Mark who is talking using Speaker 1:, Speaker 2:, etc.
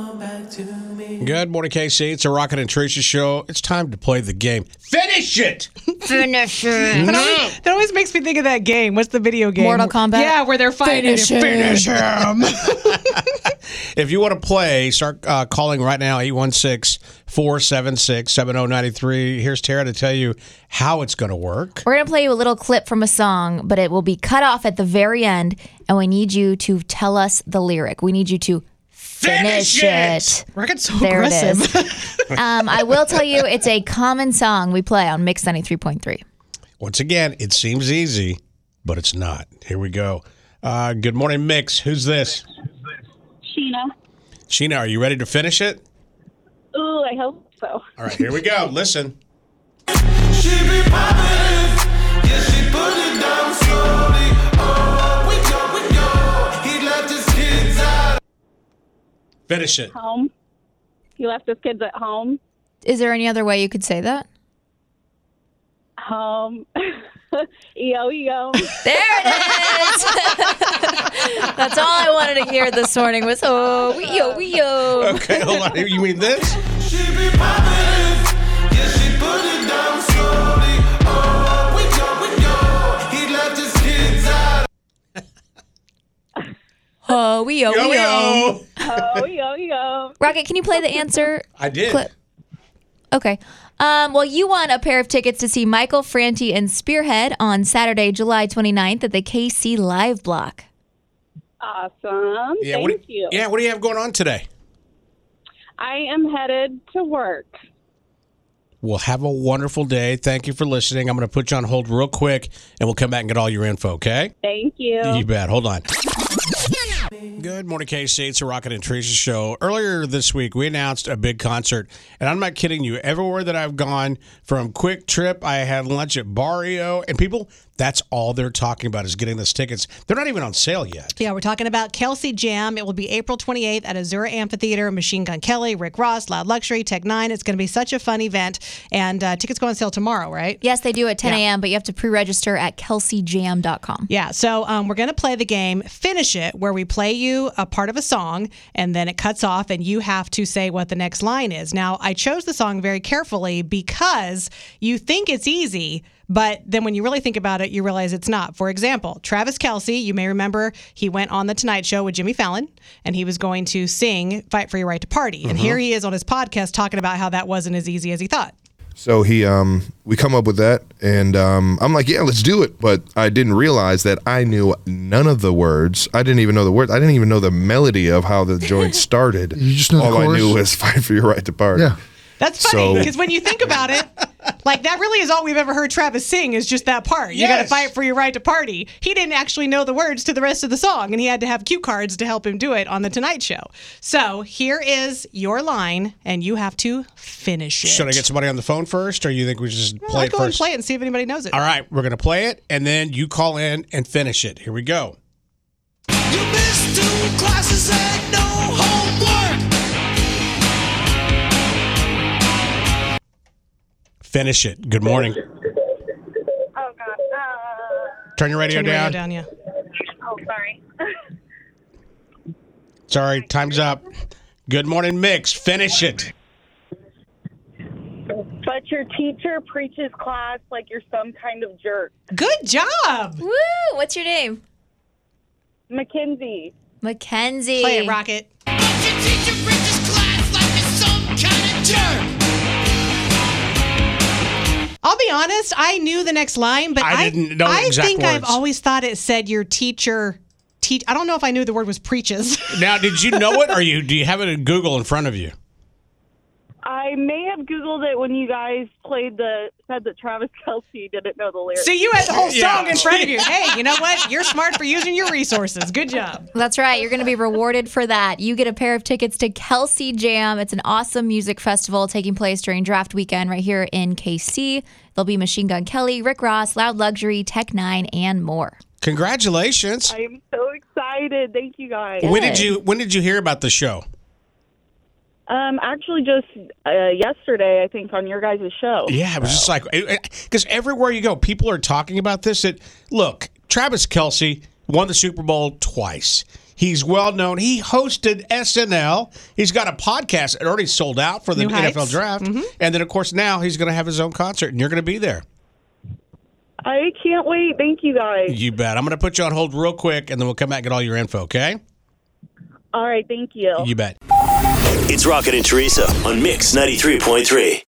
Speaker 1: back to me.
Speaker 2: Good morning, KC. It's a Rocket and Tracy show. It's time to play the game. Finish it.
Speaker 3: Finish it.
Speaker 4: That always, that always makes me think of that game. What's the video game?
Speaker 3: Mortal Kombat?
Speaker 4: Yeah, where they're fighting.
Speaker 3: Finish it.
Speaker 2: Finish him. if you want to play, start uh, calling right now 816 476 7093. Here's Tara to tell you how it's going to work.
Speaker 5: We're going to play you a little clip from a song, but it will be cut off at the very end, and we need you to tell us the lyric. We need you to finish,
Speaker 2: Finish it!
Speaker 5: it.
Speaker 4: Rocket's so
Speaker 5: There it
Speaker 4: aggressive.
Speaker 5: is. um, I will tell you, it's a common song we play on Mix 93.3.
Speaker 2: Once again, it seems easy, but it's not. Here we go. Uh, good morning, Mix. Who's this?
Speaker 6: Sheena.
Speaker 2: Sheena, are you ready to finish it?
Speaker 6: Ooh, I hope so.
Speaker 2: All right, here we go. Listen.
Speaker 1: She be poppin', yeah, she put it down slowly. Oh, we go, we go. He left his kids out.
Speaker 2: Finish it.
Speaker 6: Home. He left his kids at home.
Speaker 5: Is there any other way you could say that?
Speaker 6: Home. Um, yo, yo.
Speaker 5: There it is. That's all I wanted to hear this morning was oh wee yo wee yo.
Speaker 2: Okay, hold on. You mean this?
Speaker 1: She be poppin', yeah, she put it down slowly. Oh, we go, we go. He left his kids out.
Speaker 5: Oh wee yo
Speaker 2: Yo,
Speaker 5: wee yo.
Speaker 2: yo.
Speaker 6: Oh, yo, yo.
Speaker 5: Rocket, can you play the answer?
Speaker 2: I did.
Speaker 5: Clip. Okay. Um, well, you won a pair of tickets to see Michael Franti and Spearhead on Saturday, July 29th at the KC Live Block.
Speaker 6: Awesome.
Speaker 2: Yeah,
Speaker 6: Thank
Speaker 2: what do
Speaker 6: you.
Speaker 2: Yeah, what do you have going on today?
Speaker 6: I am headed to work.
Speaker 2: Well, have a wonderful day. Thank you for listening. I'm going to put you on hold real quick, and we'll come back and get all your info. Okay?
Speaker 6: Thank you.
Speaker 2: You bet. Hold on. Good morning, KC. It's a Rocket and Tracy show. Earlier this week, we announced a big concert, and I'm not kidding you. Everywhere that I've gone, from Quick Trip, I had lunch at Barrio, and people, that's all they're talking about is getting those tickets. They're not even on sale yet.
Speaker 4: Yeah, we're talking about Kelsey Jam. It will be April 28th at Azura Amphitheater. Machine Gun Kelly, Rick Ross, Loud Luxury, Tech Nine. It's going to be such a fun event, and uh, tickets go on sale tomorrow, right?
Speaker 5: Yes, they do at 10 a.m., but you have to pre register at kelseyjam.com.
Speaker 4: Yeah, so um, we're going to play the game Finish It, where we play you a part of a song and then it cuts off and you have to say what the next line is. Now, I chose the song very carefully because you think it's easy, but then when you really think about it, you realize it's not. For example, Travis Kelsey, you may remember he went on The Tonight Show with Jimmy Fallon and he was going to sing Fight for Your Right to Party. And here he is on his podcast talking about how that wasn't as easy as he thought.
Speaker 7: So he, um, we come up with that, and um, I'm like, yeah, let's do it. But I didn't realize that I knew none of the words. I didn't even know the words. I didn't even know the melody of how the joint started.
Speaker 8: You just know the
Speaker 7: all I knew
Speaker 8: chorus.
Speaker 7: was "Fight for Your Right to Party."
Speaker 8: Yeah.
Speaker 4: That's funny
Speaker 7: So-
Speaker 4: because when you think about it, like that really is all we've ever heard Travis sing is just that part. You got to
Speaker 2: Yes.
Speaker 4: fight for your right to party. He didn't actually know the words to the rest of the song, and he had to have cue cards to help him do it on the Tonight Show. So here is your line, and you have to finish it.
Speaker 2: Should I get somebody on the phone first, or you think we should just
Speaker 4: Well,
Speaker 2: play
Speaker 4: I'll
Speaker 2: it
Speaker 4: go and
Speaker 2: first?
Speaker 4: play it and see if anybody knows it.
Speaker 2: All right, we're going to play it, and then you call in and finish it. Here we go.
Speaker 1: You missed two classes and no homework.
Speaker 2: Finish it. Good morning.
Speaker 6: Oh, God. Uh,
Speaker 2: Turn your radio,
Speaker 4: Turn your
Speaker 2: down.
Speaker 4: radio down, yeah.
Speaker 6: oh, sorry.
Speaker 2: Sorry, time's up. Good morning, Mix. Finish it.
Speaker 6: but your teacher preaches class like you're some kind of jerk.
Speaker 4: Good job.
Speaker 5: Woo! What's your name?
Speaker 6: Mackenzie.
Speaker 5: Mackenzie.
Speaker 4: Play it, Rocket.
Speaker 1: But your teacher preaches class like it's some kind of jerk.
Speaker 4: I'll be honest, I knew the next line, but
Speaker 2: I
Speaker 4: I,
Speaker 2: didn't know
Speaker 4: I
Speaker 2: exact
Speaker 4: think I've
Speaker 2: words.
Speaker 4: always thought it said your teacher. Teach. I don't know if I knew the word was preaches.
Speaker 2: Now, did you know it, or you do you have it in Google in front of you?
Speaker 6: I may have Googled it when you guys played the, said that Travis Kelsey didn't know the lyrics.
Speaker 4: So you had the whole song
Speaker 2: Yeah.
Speaker 4: in front of you. Hey, you know what? You're smart for using your resources. Good job.
Speaker 5: That's right. You're going to be rewarded for that. You get a pair of tickets to Kelsey Jam. It's an awesome music festival taking place during draft weekend right here in KC. There'll be Machine Gun Kelly, Rick Ross, Loud Luxury, Tech Nine, and more.
Speaker 2: Congratulations.
Speaker 6: I am so excited. Thank you guys.
Speaker 2: When did
Speaker 5: Good.
Speaker 2: you When did you hear about the show?
Speaker 6: Um, actually, just uh, yesterday, I think, on your guys' show.
Speaker 2: Yeah, it was just like because everywhere you go, people are talking about this. It look, Travis Kelsey won the Super Bowl twice. He's well known. He hosted SNL. He's got a podcast that already sold out for the
Speaker 4: New Heights. Mm-hmm.
Speaker 2: NFL draft. And then, of course, now he's going to have his own concert, and you're going to be there.
Speaker 6: I can't wait. Thank you guys.
Speaker 2: You bet. I'm going to put you on hold real quick, and then we'll come back and get all your info, okay?
Speaker 6: All right. Thank you.
Speaker 2: You bet.
Speaker 3: It's Rocket and Teresa on Mix 93.3.